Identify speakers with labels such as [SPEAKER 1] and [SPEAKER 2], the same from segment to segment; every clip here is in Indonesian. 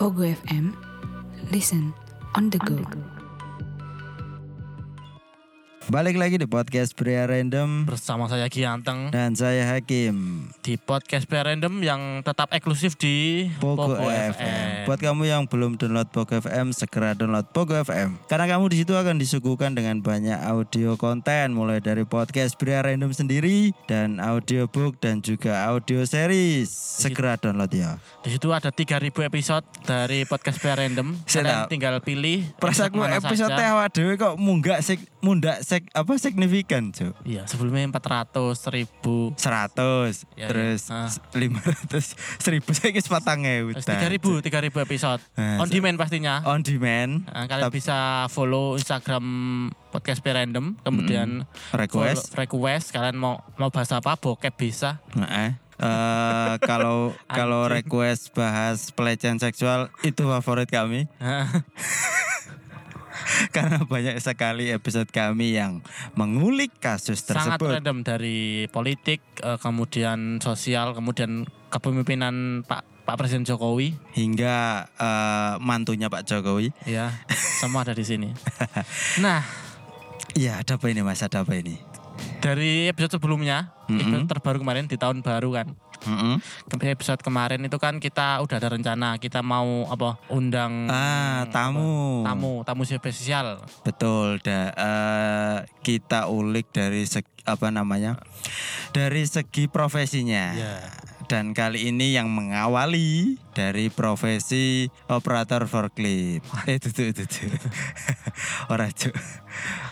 [SPEAKER 1] Ogo FM. Listen on the go.
[SPEAKER 2] Balik lagi di podcast Pria Random
[SPEAKER 3] bersama saya Gianteng
[SPEAKER 2] dan saya Hakim
[SPEAKER 3] di podcast Play Random yang tetap eksklusif di
[SPEAKER 2] Pogo, FM. Buat kamu yang belum download Pogo FM, segera download Pogo FM. Karena kamu di situ akan disuguhkan dengan banyak audio konten mulai dari podcast Pria Random sendiri dan audiobook dan juga audio series. Segera download ya.
[SPEAKER 3] Di situ ada 3000 episode dari podcast Play Random.
[SPEAKER 2] Sedap.
[SPEAKER 3] Kalian tinggal pilih
[SPEAKER 2] Perasaanku
[SPEAKER 3] mana
[SPEAKER 2] episode
[SPEAKER 3] saja.
[SPEAKER 2] awak dewe kok munggak sik mundak sik apa signifikan, Cuk.
[SPEAKER 3] Iya, sebelumnya 400 ribu
[SPEAKER 2] 100
[SPEAKER 3] Ya, ya.
[SPEAKER 2] terus
[SPEAKER 3] Ah.
[SPEAKER 2] 500 1000 saya wis 4000.
[SPEAKER 3] 3000 3000 episode.
[SPEAKER 2] Eh,
[SPEAKER 3] On demand pastinya.
[SPEAKER 2] on demand.
[SPEAKER 3] Nah, kalian
[SPEAKER 2] tapi
[SPEAKER 3] bisa follow Instagram podcast Play Random, kemudian
[SPEAKER 2] Hmm. request
[SPEAKER 3] follow- request kalian mau mau bahas apa bokep bisa.
[SPEAKER 2] Heeh. Eh, kalau kalau
[SPEAKER 3] Anjing.
[SPEAKER 2] request bahas pelecehan seksual itu favorit kami karena banyak sekali episode kami yang mengulik kasus
[SPEAKER 3] sangat
[SPEAKER 2] tersebut.
[SPEAKER 3] random dari politik eh, kemudian sosial kemudian kepemimpinan Pak Pak Presiden Jokowi
[SPEAKER 2] hingga eh, mantunya Pak Jokowi.
[SPEAKER 3] ya semua ada di sini. Nah
[SPEAKER 2] Iya, ada apa ini Mas? Ada apa ini?
[SPEAKER 3] dari episode sebelumnya
[SPEAKER 2] Mm-mm.
[SPEAKER 3] episode terbaru kemarin di tahun baru kan
[SPEAKER 2] Mm-mm.
[SPEAKER 3] Ke- episode kemarin itu kan kita udah ada rencana kita mau apa undang
[SPEAKER 2] Ah, tamu.
[SPEAKER 3] apa, tamu tamu spesial
[SPEAKER 2] Betul. Da, eh, kita ulik dari seg- apa namanya? Dari segi profesinya.
[SPEAKER 3] Iya.
[SPEAKER 2] Dan kali ini yang mengawali dari profesi operator forklift. Eh, itu tuh, itu tuh. Ora, Cuk.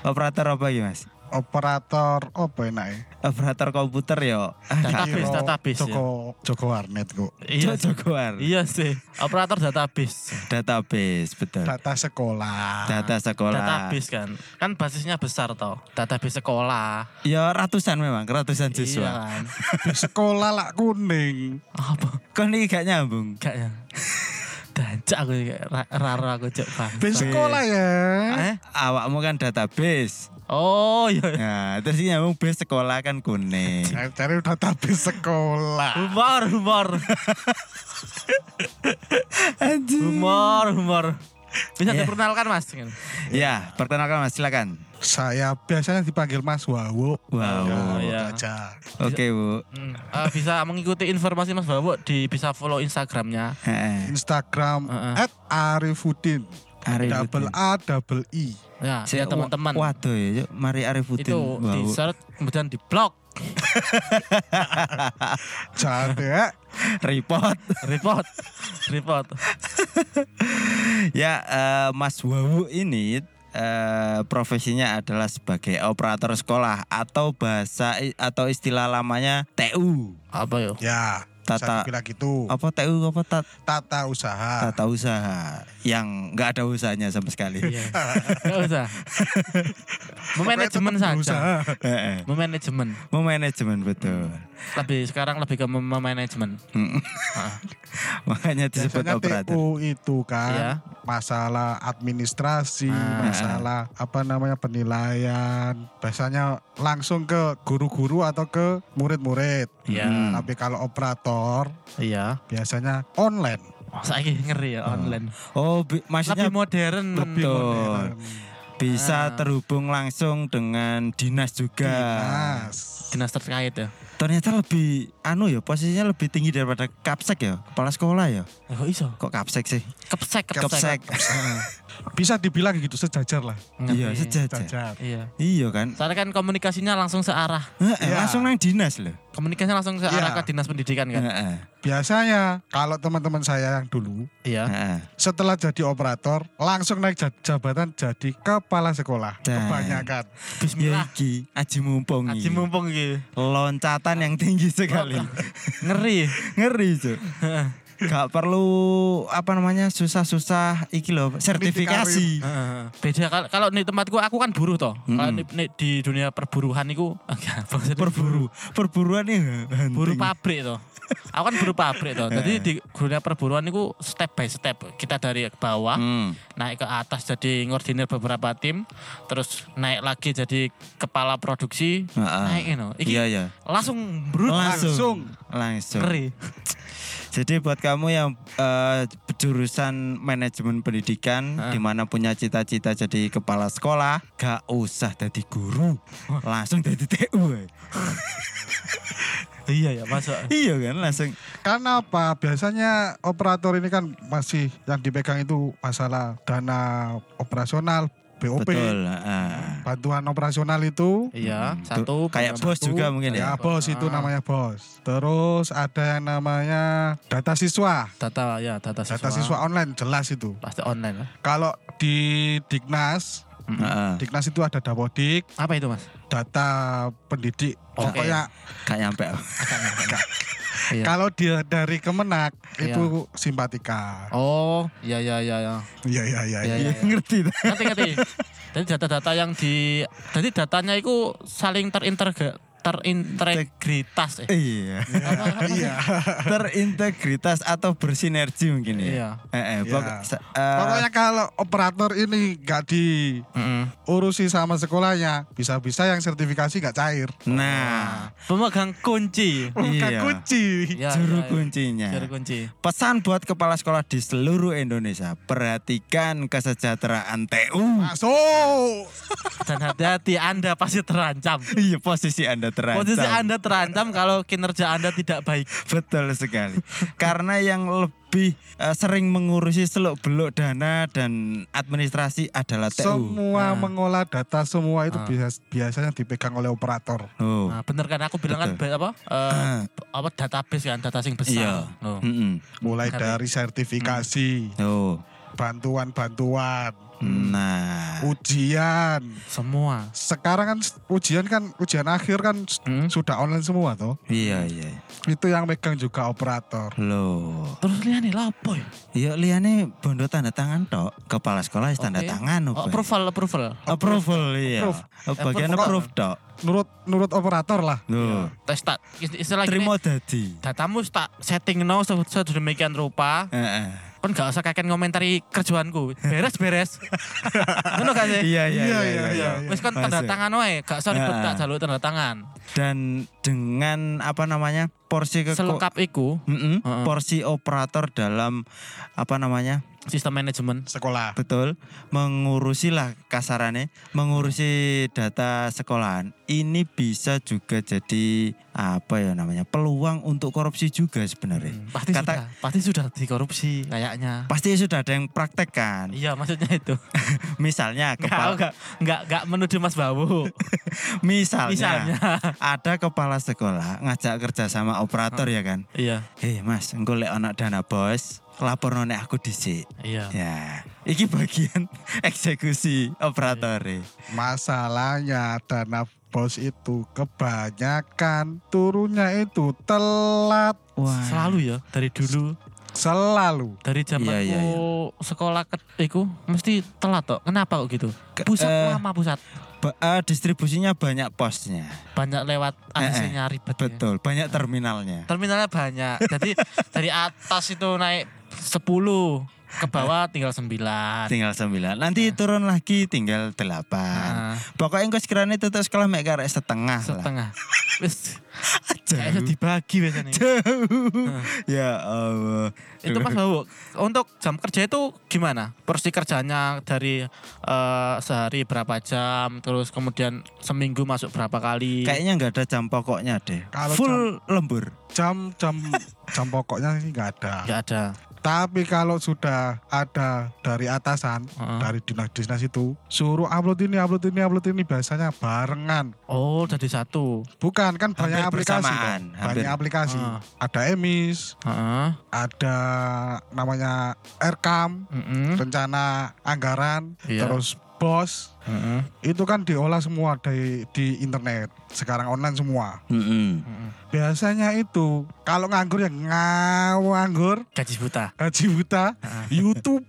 [SPEAKER 2] Operator apa iki, Mas?
[SPEAKER 4] operator apa enak ya?
[SPEAKER 2] Operator komputer yo.
[SPEAKER 3] database
[SPEAKER 4] Kira
[SPEAKER 3] database ya.
[SPEAKER 4] Joko Joko Warnet kok.
[SPEAKER 3] iya sih.
[SPEAKER 2] Jaguar.
[SPEAKER 3] iya sih operator database
[SPEAKER 2] Database, betul.
[SPEAKER 4] Data sekolah.
[SPEAKER 2] Data sekolah.
[SPEAKER 3] database kan kan basisnya besar toh database sekolah
[SPEAKER 2] Ya ratusan memang, ratusan siswa.
[SPEAKER 3] Iya kan.
[SPEAKER 4] Di sekolah lah kuning.
[SPEAKER 3] Apa?
[SPEAKER 2] Kon iki gak nyambung.
[SPEAKER 3] Gak ya. Dancak aku kayak ra- raro aku cok bang.
[SPEAKER 4] Di sekolah ya.
[SPEAKER 2] Eh, awakmu kan database.
[SPEAKER 3] Oh iya.
[SPEAKER 2] Nah, terus ini nyambung base sekolah kan kuning.
[SPEAKER 4] Saya cari database sekolah.
[SPEAKER 3] Humor, humor. humor, humor. Bisa
[SPEAKER 4] Iya.
[SPEAKER 3] diperkenalkan mas?
[SPEAKER 2] ya, perkenalkan Mas, silakan.
[SPEAKER 4] Saya biasanya dipanggil Mas Wawo.
[SPEAKER 2] Wow.
[SPEAKER 4] Ya,
[SPEAKER 3] Oh, iya.
[SPEAKER 4] aja.
[SPEAKER 2] Oke, Bu.
[SPEAKER 3] Hmm, eh, bisa mengikuti informasi mas Bawo di bisa follow Instagramnya.
[SPEAKER 2] Heeh.
[SPEAKER 4] Instagram
[SPEAKER 3] Heeh.
[SPEAKER 4] @arifuddin.
[SPEAKER 2] Arifuddin.
[SPEAKER 4] Double A double I.
[SPEAKER 3] Ya,
[SPEAKER 2] Saya
[SPEAKER 3] ya teman-teman.
[SPEAKER 2] Waduh ya, yuk, mari Arifuddin.
[SPEAKER 3] Itu di
[SPEAKER 2] Wow.
[SPEAKER 3] search kemudian di blog
[SPEAKER 4] Jahat ya.
[SPEAKER 2] Report.
[SPEAKER 3] report report
[SPEAKER 2] ya, eh, Mas Wawu ini eh, profesinya adalah sebagai operator sekolah atau bahasa atau istilah lamanya TU.
[SPEAKER 3] apa yo
[SPEAKER 4] Ya.
[SPEAKER 2] Tata-
[SPEAKER 4] Saya bilang gitu.
[SPEAKER 2] Apa TU apa ta-
[SPEAKER 4] Tata usaha.
[SPEAKER 2] tata usaha yang nggak ada usahanya sama sekali.
[SPEAKER 3] Iya. nggak usah memanajemen
[SPEAKER 4] Tetap
[SPEAKER 3] saja
[SPEAKER 4] berusaha.
[SPEAKER 2] Heeh.
[SPEAKER 3] memanajemen
[SPEAKER 2] Memanajemen betul.
[SPEAKER 3] lebih sekarang lebih ke mem- memanajemen
[SPEAKER 2] Makanya disebut
[SPEAKER 4] Biasanya
[SPEAKER 2] operator.
[SPEAKER 4] TU itu kan
[SPEAKER 3] Iya.
[SPEAKER 4] masalah administrasi,
[SPEAKER 3] Ah.
[SPEAKER 4] masalah apa namanya penilaian. Biasanya langsung ke guru-guru atau ke murid-murid. Hmm.
[SPEAKER 3] Iya.
[SPEAKER 4] Tapi kalau operator
[SPEAKER 3] iya
[SPEAKER 4] biasanya online.
[SPEAKER 3] Oh, saya ngeri ya online.
[SPEAKER 2] Oh, bi- maksudnya
[SPEAKER 3] Lebih modern.
[SPEAKER 2] Lebih modern.
[SPEAKER 4] Dan
[SPEAKER 2] bisa
[SPEAKER 3] Ah.
[SPEAKER 2] terhubung langsung dengan dinas juga.
[SPEAKER 3] Ah.
[SPEAKER 4] dinas.
[SPEAKER 3] Dinas terkait ya.
[SPEAKER 2] Ternyata lebih anu ya posisinya lebih tinggi daripada kapsek ya, kepala sekolah ya.
[SPEAKER 3] Eh, Kok iso?
[SPEAKER 2] Kok kapsek sih?
[SPEAKER 3] Kepsek,
[SPEAKER 2] Kapsek.
[SPEAKER 4] Ah. Bisa dibilang gitu sejajar lah.
[SPEAKER 3] Ngerti.
[SPEAKER 2] Iya, sejajar.
[SPEAKER 4] Sejajar.
[SPEAKER 3] Iya.
[SPEAKER 2] Iya kan?
[SPEAKER 3] Soalnya kan komunikasinya langsung searah.
[SPEAKER 2] Heeh,
[SPEAKER 4] Iya.
[SPEAKER 2] Langsung nang dinas loh.
[SPEAKER 3] Komunikasinya langsung searah
[SPEAKER 4] Iya.
[SPEAKER 3] ke dinas pendidikan kan.
[SPEAKER 2] Heeh.
[SPEAKER 4] Biasanya kalau teman-teman saya yang dulu
[SPEAKER 3] Iya.
[SPEAKER 2] heeh.
[SPEAKER 4] setelah jadi operator langsung naik ja- jabatan jadi kepala sekolah.
[SPEAKER 2] Dan-
[SPEAKER 4] Kebanyakan.
[SPEAKER 2] Ya
[SPEAKER 3] Bismillah.
[SPEAKER 2] iki aji mumpung iki.
[SPEAKER 3] Aji mumpung gitu.
[SPEAKER 2] Loncatan yang tinggi sekali.
[SPEAKER 3] Ngeri.
[SPEAKER 2] Ngeri, Cuk. Gak perlu apa namanya susah-susah iki loh sertifikasi.
[SPEAKER 3] Heeh. Beda kalau kalau di tempatku aku kan buruh toh. Kalau di, di- di dunia perburuhan itu
[SPEAKER 2] Perburu, perburuan ya. hunting.
[SPEAKER 3] buru pabrik toh. Aku kan buru pabrik toh. Jadi di dunia perburuan itu step by step. Kita dari bawah
[SPEAKER 2] Hmm.
[SPEAKER 3] naik ke atas jadi ngordinir beberapa tim, terus naik lagi jadi kepala produksi,
[SPEAKER 2] Heeh.
[SPEAKER 3] naik you know. Iki
[SPEAKER 2] Iya, iya.
[SPEAKER 3] langsung brut
[SPEAKER 2] langsung
[SPEAKER 4] Langsung.
[SPEAKER 2] langsung
[SPEAKER 3] ngeri.
[SPEAKER 2] Jadi buat kamu yang eh, jurusan manajemen pendidikan
[SPEAKER 3] Ah.
[SPEAKER 2] di mana punya cita-cita jadi kepala sekolah, gak usah jadi guru. Langsung jadi eh. TU. woy.
[SPEAKER 3] iya ya masuk
[SPEAKER 2] iya kan langsung.
[SPEAKER 4] Karena apa? Biasanya operator ini kan masih yang dipegang itu masalah dana operasional, BOP,
[SPEAKER 2] Betul. ah.
[SPEAKER 4] bantuan operasional itu.
[SPEAKER 3] iya
[SPEAKER 2] Hmm,
[SPEAKER 3] satu
[SPEAKER 2] tuh, kayak
[SPEAKER 3] program
[SPEAKER 2] bos
[SPEAKER 3] satu.
[SPEAKER 2] juga mungkin
[SPEAKER 4] Ya,
[SPEAKER 2] ya.
[SPEAKER 4] bos itu namanya bos. Terus ada yang namanya data siswa.
[SPEAKER 3] data ya data siswa,
[SPEAKER 4] Data siswa online jelas itu.
[SPEAKER 3] pasti online lah
[SPEAKER 4] Kalau di Dignas,
[SPEAKER 2] Heeh.
[SPEAKER 4] Dignas itu ada Dapodik,
[SPEAKER 3] apa itu mas
[SPEAKER 4] data pendidik.
[SPEAKER 3] Oke.
[SPEAKER 4] Pokoknya
[SPEAKER 2] Gak nyampe.
[SPEAKER 3] Iya.
[SPEAKER 4] kalau dia dari Kemenak
[SPEAKER 3] Iya.
[SPEAKER 4] itu simpatika.
[SPEAKER 3] oh iya iya iya iya
[SPEAKER 4] Iya iya iya.
[SPEAKER 3] Iya,
[SPEAKER 4] iya.
[SPEAKER 3] iya, iya.
[SPEAKER 2] Ngerti. tak?
[SPEAKER 3] ngerti ngerti jadi data-data yang di jadi datanya itu saling terinterga terintegritas eh.
[SPEAKER 2] Iya.
[SPEAKER 3] Apa- apa sih?
[SPEAKER 4] Iya.
[SPEAKER 2] Terintegritas atau bersinergi mungkin ya.
[SPEAKER 3] iya
[SPEAKER 2] Eh, eh,
[SPEAKER 4] Iya.
[SPEAKER 2] pokok- sa- eh,
[SPEAKER 4] Pokoknya kalau operator ini nggak diurusi
[SPEAKER 3] Mm-mm.
[SPEAKER 4] sama sekolahnya, bisa-bisa yang sertifikasi nggak cair.
[SPEAKER 2] nah,
[SPEAKER 3] pemegang kunci
[SPEAKER 4] Bukan
[SPEAKER 2] Iya.
[SPEAKER 4] kunci.
[SPEAKER 3] Iya,
[SPEAKER 2] juru
[SPEAKER 3] iya, iya.
[SPEAKER 2] kuncinya.
[SPEAKER 3] juru kunci
[SPEAKER 2] Pesan buat kepala sekolah di seluruh Indonesia, perhatikan kesejahteraan TU.
[SPEAKER 4] Masuk.
[SPEAKER 3] dan hati-hati anda pasti terancam
[SPEAKER 2] Iya, posisi Anda terancam.
[SPEAKER 3] Posisi Anda terancam kalau kinerja Anda tidak baik.
[SPEAKER 2] Betul sekali. Karena yang lebih eh, sering mengurusi seluk-beluk dana dan administrasi adalah TU.
[SPEAKER 3] Nah.
[SPEAKER 4] Semua mengolah data semua itu
[SPEAKER 3] Ah.
[SPEAKER 4] bias- biasanya dipegang oleh operator.
[SPEAKER 2] Oh.
[SPEAKER 3] Nah, bener kan aku bilang kan ba- apa? eh, apa database kan data sing
[SPEAKER 2] Iya.
[SPEAKER 3] besar. Loh.
[SPEAKER 2] Mm-mm.
[SPEAKER 4] Mulai
[SPEAKER 3] Ngerti.
[SPEAKER 4] dari
[SPEAKER 3] Mm.
[SPEAKER 4] sertifikasi,
[SPEAKER 2] Oh.
[SPEAKER 4] bantuan-bantuan,
[SPEAKER 2] Nah.
[SPEAKER 4] ujian.
[SPEAKER 3] Semua.
[SPEAKER 4] Sekarang kan s- ujian kan ujian akhir kan s-
[SPEAKER 3] Hmm.
[SPEAKER 4] sudah online semua toh.
[SPEAKER 2] Iya, iya.
[SPEAKER 4] Itu yang megang juga operator.
[SPEAKER 2] Loh.
[SPEAKER 3] Terus liane lapo ya?
[SPEAKER 2] Ya liane bondo tanda tangan tok. Kepala sekolah wis tanda
[SPEAKER 3] Oke.
[SPEAKER 2] tangan
[SPEAKER 3] Oh,
[SPEAKER 2] apa?
[SPEAKER 3] approval approval.
[SPEAKER 2] Approval iya.
[SPEAKER 4] Approve.
[SPEAKER 2] Bagian
[SPEAKER 3] Approve.
[SPEAKER 2] approve tok.
[SPEAKER 4] Nurut nurut operator lah.
[SPEAKER 2] Loh.
[SPEAKER 3] Tes tak istilah gini.
[SPEAKER 2] Terima dadi.
[SPEAKER 3] Datamu tak setting no sedemikian rupa,
[SPEAKER 2] Heeh.
[SPEAKER 3] kon gak usah kakek komentari kerjaanku. Beres beres. Ngono gak sih?
[SPEAKER 2] Iya iya
[SPEAKER 4] Iya,
[SPEAKER 2] iya.
[SPEAKER 4] iya,
[SPEAKER 2] iya.
[SPEAKER 4] iya.
[SPEAKER 3] Wis kon tanda
[SPEAKER 2] Masuk.
[SPEAKER 3] tangan wae, gak usah ribet
[SPEAKER 2] Ah.
[SPEAKER 3] tak jaluk tanda tangan.
[SPEAKER 2] Dan dengan apa namanya porsi ke
[SPEAKER 3] Selengkap iku
[SPEAKER 2] Mm-mm,
[SPEAKER 3] Heeh.
[SPEAKER 2] porsi operator dalam apa namanya
[SPEAKER 3] sistem manajemen.
[SPEAKER 4] Sekolah.
[SPEAKER 2] betul mengurusi lah kasarannya mengurusi data sekolahan ini bisa juga jadi apa ya namanya peluang untuk korupsi juga sebenarnya
[SPEAKER 3] Hmm, Pasti
[SPEAKER 2] Kata-
[SPEAKER 3] sudah, pasti sudah dikorupsi kayaknya.
[SPEAKER 2] pasti sudah ada yang praktek kan
[SPEAKER 3] Iya maksudnya itu.
[SPEAKER 2] misalnya
[SPEAKER 3] Enggak,
[SPEAKER 2] kepala
[SPEAKER 3] enggak, enggak, enggak menuduh Mas Bawu.
[SPEAKER 2] misalnya,
[SPEAKER 3] Misalnya.
[SPEAKER 2] ada kepala sekolah ngajak kerja sama operator ya kan
[SPEAKER 3] iya,
[SPEAKER 2] hei mas engko lek ana dana bos lapor nek aku dhisik
[SPEAKER 3] iya.
[SPEAKER 2] Ya, iki bagian eksekusi operator.
[SPEAKER 4] Masalahnya dana bos itu kebanyakan turunnya itu telat
[SPEAKER 2] Wah.
[SPEAKER 3] Selalu ya dari dulu,
[SPEAKER 4] selalu.
[SPEAKER 3] dari zaman
[SPEAKER 2] Iya, iya, iya.
[SPEAKER 3] ku sekolah ke iku mesti telat kok. Kenapa kok gitu?
[SPEAKER 2] Ke-
[SPEAKER 3] Pusat
[SPEAKER 2] eh,
[SPEAKER 3] lama pusat.
[SPEAKER 2] Ba- eh, distribusinya banyak posnya.
[SPEAKER 3] Banyak lewat AC-nya ribet.
[SPEAKER 2] Eh,
[SPEAKER 3] ya.
[SPEAKER 2] Betul, banyak terminalnya.
[SPEAKER 3] Terminalnya banyak. Jadi dari atas itu naik 10 ke bawah tinggal 9.
[SPEAKER 2] Tinggal 9. Nanti turun lagi tinggal 8.
[SPEAKER 3] Nah,
[SPEAKER 2] Pokoknya engko sekiranya tutup sekolah mek karek setengah, lah.
[SPEAKER 3] setengah. Wis kayaknya
[SPEAKER 2] Jauh.
[SPEAKER 3] dibagi biasanya.
[SPEAKER 2] Jauh. ya Allah.
[SPEAKER 3] Itu Mas Bawo, untuk jam kerja itu gimana? Porsi kerjanya dari eh, sehari berapa jam, terus kemudian seminggu masuk berapa kali?
[SPEAKER 2] Kayaknya nggak ada jam pokoknya deh.
[SPEAKER 4] Kalau
[SPEAKER 2] Full lembur.
[SPEAKER 4] Jam jam jam pokoknya sih nggak ada.
[SPEAKER 2] Ya.
[SPEAKER 3] Nggak ada.
[SPEAKER 4] Tapi kalau sudah ada dari atasan,
[SPEAKER 3] Heeh.
[SPEAKER 4] dari dinas-dinas itu suruh upload ini, upload ini, upload ini biasanya barengan.
[SPEAKER 3] Oh, jadi satu.
[SPEAKER 4] Bukan kan
[SPEAKER 2] Hampir
[SPEAKER 4] banyak aplikasi,
[SPEAKER 2] bersamaan,
[SPEAKER 4] toh.
[SPEAKER 2] hampir.
[SPEAKER 4] banyak aplikasi.
[SPEAKER 3] Ah.
[SPEAKER 4] Ada Emis,
[SPEAKER 3] Heeh.
[SPEAKER 4] ada namanya Erkam,
[SPEAKER 2] Hmm?
[SPEAKER 3] Mm-mm.
[SPEAKER 4] rencana anggaran,
[SPEAKER 3] Iya.
[SPEAKER 4] terus BOS.
[SPEAKER 3] Mm-mm.
[SPEAKER 4] Itu kan diolah semua di di internet. Sekarang online semua.
[SPEAKER 2] Mm-mm.
[SPEAKER 3] Mm-mm.
[SPEAKER 4] Biasanya itu kalau nganggur ya nganggur,
[SPEAKER 3] Gaji buta.
[SPEAKER 4] gaji buta, YouTube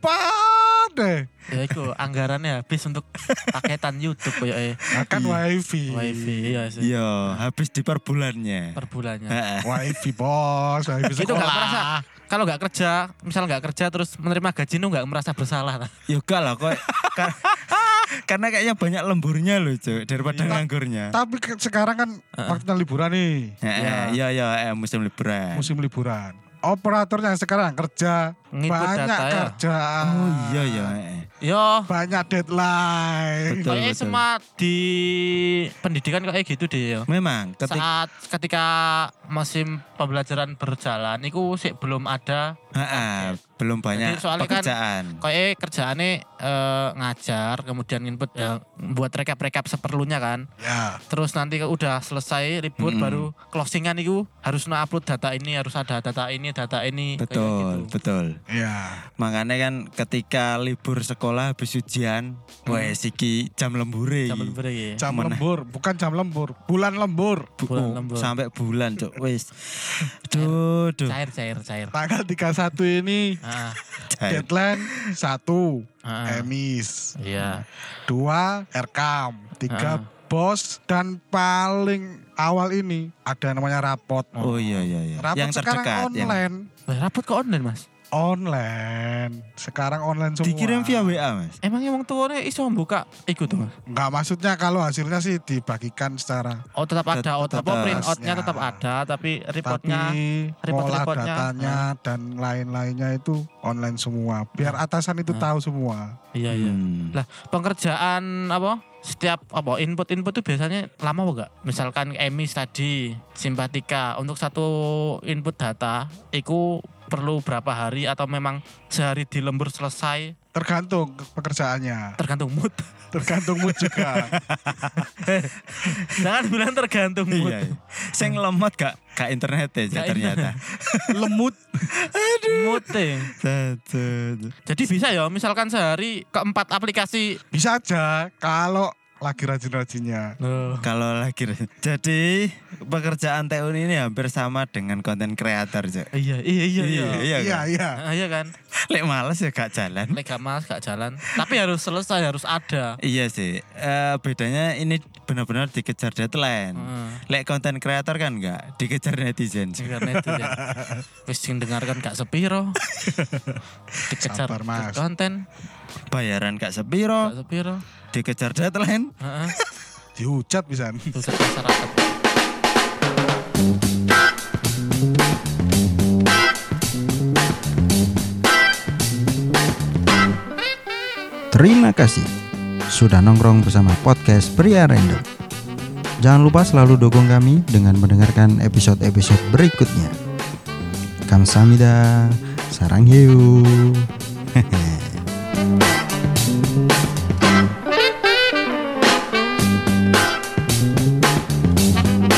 [SPEAKER 4] deh.
[SPEAKER 3] Ya itu anggarannya habis untuk paketan YouTube ya, eh. kayak
[SPEAKER 4] Akan wifi.
[SPEAKER 3] wifi iya sih.
[SPEAKER 2] Yo, habis di per bulannya.
[SPEAKER 3] Per bulannya.
[SPEAKER 2] Heeh.
[SPEAKER 4] wifi bos, wifi
[SPEAKER 3] Itu nggak merasa
[SPEAKER 4] Nah, sekolah.
[SPEAKER 3] kalau nggak kerja, misal nggak kerja terus menerima gaji itu nggak merasa bersalah.
[SPEAKER 2] Yoga Ya lah kok. Kar- karena kayaknya banyak lemburnya loh Cuk, daripada nganggurnya.
[SPEAKER 4] Tapi ke- sekarang kan waktunya liburan nih,
[SPEAKER 2] Ya, ya, ya, iya, eh, musim liburan.
[SPEAKER 4] musim liburan. operator yang sekarang kerja
[SPEAKER 3] Ngikut
[SPEAKER 4] banyak
[SPEAKER 3] data ya?
[SPEAKER 4] kerjaan.
[SPEAKER 2] Oh iya ya. eh.
[SPEAKER 3] Yo,
[SPEAKER 4] Banyak deadline.
[SPEAKER 2] Betul,
[SPEAKER 3] kayaknya
[SPEAKER 2] betul.
[SPEAKER 3] semua di pendidikan kayak gitu deh yo.
[SPEAKER 2] Memang ketika
[SPEAKER 3] Saat ketika musim pembelajaran berjalan, itu sih belum ada
[SPEAKER 2] Ha-ha, belum banyak
[SPEAKER 3] Jadi soalnya kan-
[SPEAKER 2] pekerjaan.
[SPEAKER 3] kayak kerjaannya eh, ngajar, kemudian input eh, buat rekap-rekap seperlunya kan.
[SPEAKER 4] Ya.
[SPEAKER 3] Terus nanti udah selesai ribut
[SPEAKER 2] Mm-mm.
[SPEAKER 3] baru closingan itu harus upload data ini, harus ada data ini, data ini. kayak
[SPEAKER 2] betul,
[SPEAKER 3] gitu.
[SPEAKER 2] betul.
[SPEAKER 4] Ya.
[SPEAKER 2] Makanya kan ketika libur sekolah habis ujian, weh siki jam lembure.
[SPEAKER 3] Hmm. Jam
[SPEAKER 2] iki.
[SPEAKER 3] lembur ya.
[SPEAKER 4] Jam
[SPEAKER 2] Mana?
[SPEAKER 4] lembur, bukan jam lembur, bulan lembur.
[SPEAKER 2] Bu-
[SPEAKER 3] Bulan
[SPEAKER 2] oh,
[SPEAKER 3] lembur.
[SPEAKER 2] sampai bulan, Cuk. Wis. Duh, duh.
[SPEAKER 3] Cair, cair, cair.
[SPEAKER 4] Tanggal 31 ini
[SPEAKER 3] Ah,
[SPEAKER 2] Cair.
[SPEAKER 4] deadline 1
[SPEAKER 3] ah,
[SPEAKER 4] emis,
[SPEAKER 3] Iya.
[SPEAKER 4] 2 rekam,
[SPEAKER 2] Ah.
[SPEAKER 4] 3 bos dan paling awal ini ada namanya rapot.
[SPEAKER 2] Oh iya iya iya.
[SPEAKER 4] Rapot
[SPEAKER 2] yang
[SPEAKER 4] sekarang
[SPEAKER 2] terdekat yang
[SPEAKER 4] online.
[SPEAKER 3] Lah, rapot kok online mas?
[SPEAKER 4] Online. Sekarang online semua.
[SPEAKER 2] dikirim via WA, Mas.
[SPEAKER 3] Emangnya wong tuane iso buka iku tuh mas?
[SPEAKER 4] Enggak maksudnya kalau hasilnya sih dibagikan secara
[SPEAKER 3] Oh tetap ada, oh
[SPEAKER 2] Tetap
[SPEAKER 3] tetap oh, printout-nya
[SPEAKER 4] harusnya.
[SPEAKER 3] tetap ada, tapi reportnya
[SPEAKER 4] tapi
[SPEAKER 3] report-
[SPEAKER 4] olah
[SPEAKER 3] reportnya,
[SPEAKER 4] datanya
[SPEAKER 2] Ah.
[SPEAKER 4] dan lain-lainnya itu online semua. Biar atasan itu
[SPEAKER 3] Ah.
[SPEAKER 4] tahu semua.
[SPEAKER 3] iya iya.
[SPEAKER 2] Hmm.
[SPEAKER 3] Lah pengerjaan apa? Setiap apa input-input tuh biasanya lama apa enggak? Misalkan emis tadi, simpatika untuk satu input data iku perlu berapa hari atau memang sehari di lembur selesai
[SPEAKER 4] Tergantung pekerjaannya,
[SPEAKER 3] tergantung mood.
[SPEAKER 4] tergantung mood juga.
[SPEAKER 3] Jangan bilang tergantung mood.
[SPEAKER 2] Iya. iya. Sing lemot gak gak internet ya
[SPEAKER 3] Gak
[SPEAKER 2] ternyata.
[SPEAKER 4] Lemut
[SPEAKER 3] Mood eh. Jadi bisa ya misalkan sehari keempat aplikasi.
[SPEAKER 4] bisa aja kalau lagi rajin-rajinnya.
[SPEAKER 3] Loh.
[SPEAKER 2] Kalau lagi jadi pekerjaan TU ini hampir sama dengan konten kreator, Cuk.
[SPEAKER 3] Iya, iya, iya, iya.
[SPEAKER 2] iya.
[SPEAKER 4] Iya,
[SPEAKER 2] kan?
[SPEAKER 4] iya.
[SPEAKER 3] Ah, iya kan?
[SPEAKER 2] Lek males ya gak jalan.
[SPEAKER 3] Lek gak mas, gak jalan. Tapi harus selesai, harus ada.
[SPEAKER 2] Iya sih. Eh bedanya ini benar-benar dikejar deadline.
[SPEAKER 3] Heeh.
[SPEAKER 2] Lek konten kreator kan enggak dikejar netizen. Cuk.
[SPEAKER 3] Karena itu ya. Wis sing dengarkan gak sepiro. Dikejar
[SPEAKER 4] Sabar, Mas.
[SPEAKER 3] konten
[SPEAKER 2] Bayaran gak sepiro,
[SPEAKER 3] gak sepiro.
[SPEAKER 2] dikejar deadline.
[SPEAKER 3] Heeh.
[SPEAKER 4] Dihujat bisa.
[SPEAKER 3] Itu masyarakat.
[SPEAKER 5] Terima kasih sudah nongkrong bersama podcast Pria Random. Jangan lupa selalu dukung kami dengan mendengarkan episode-episode berikutnya. Kamsahamnida, sarang hiu. Hehe.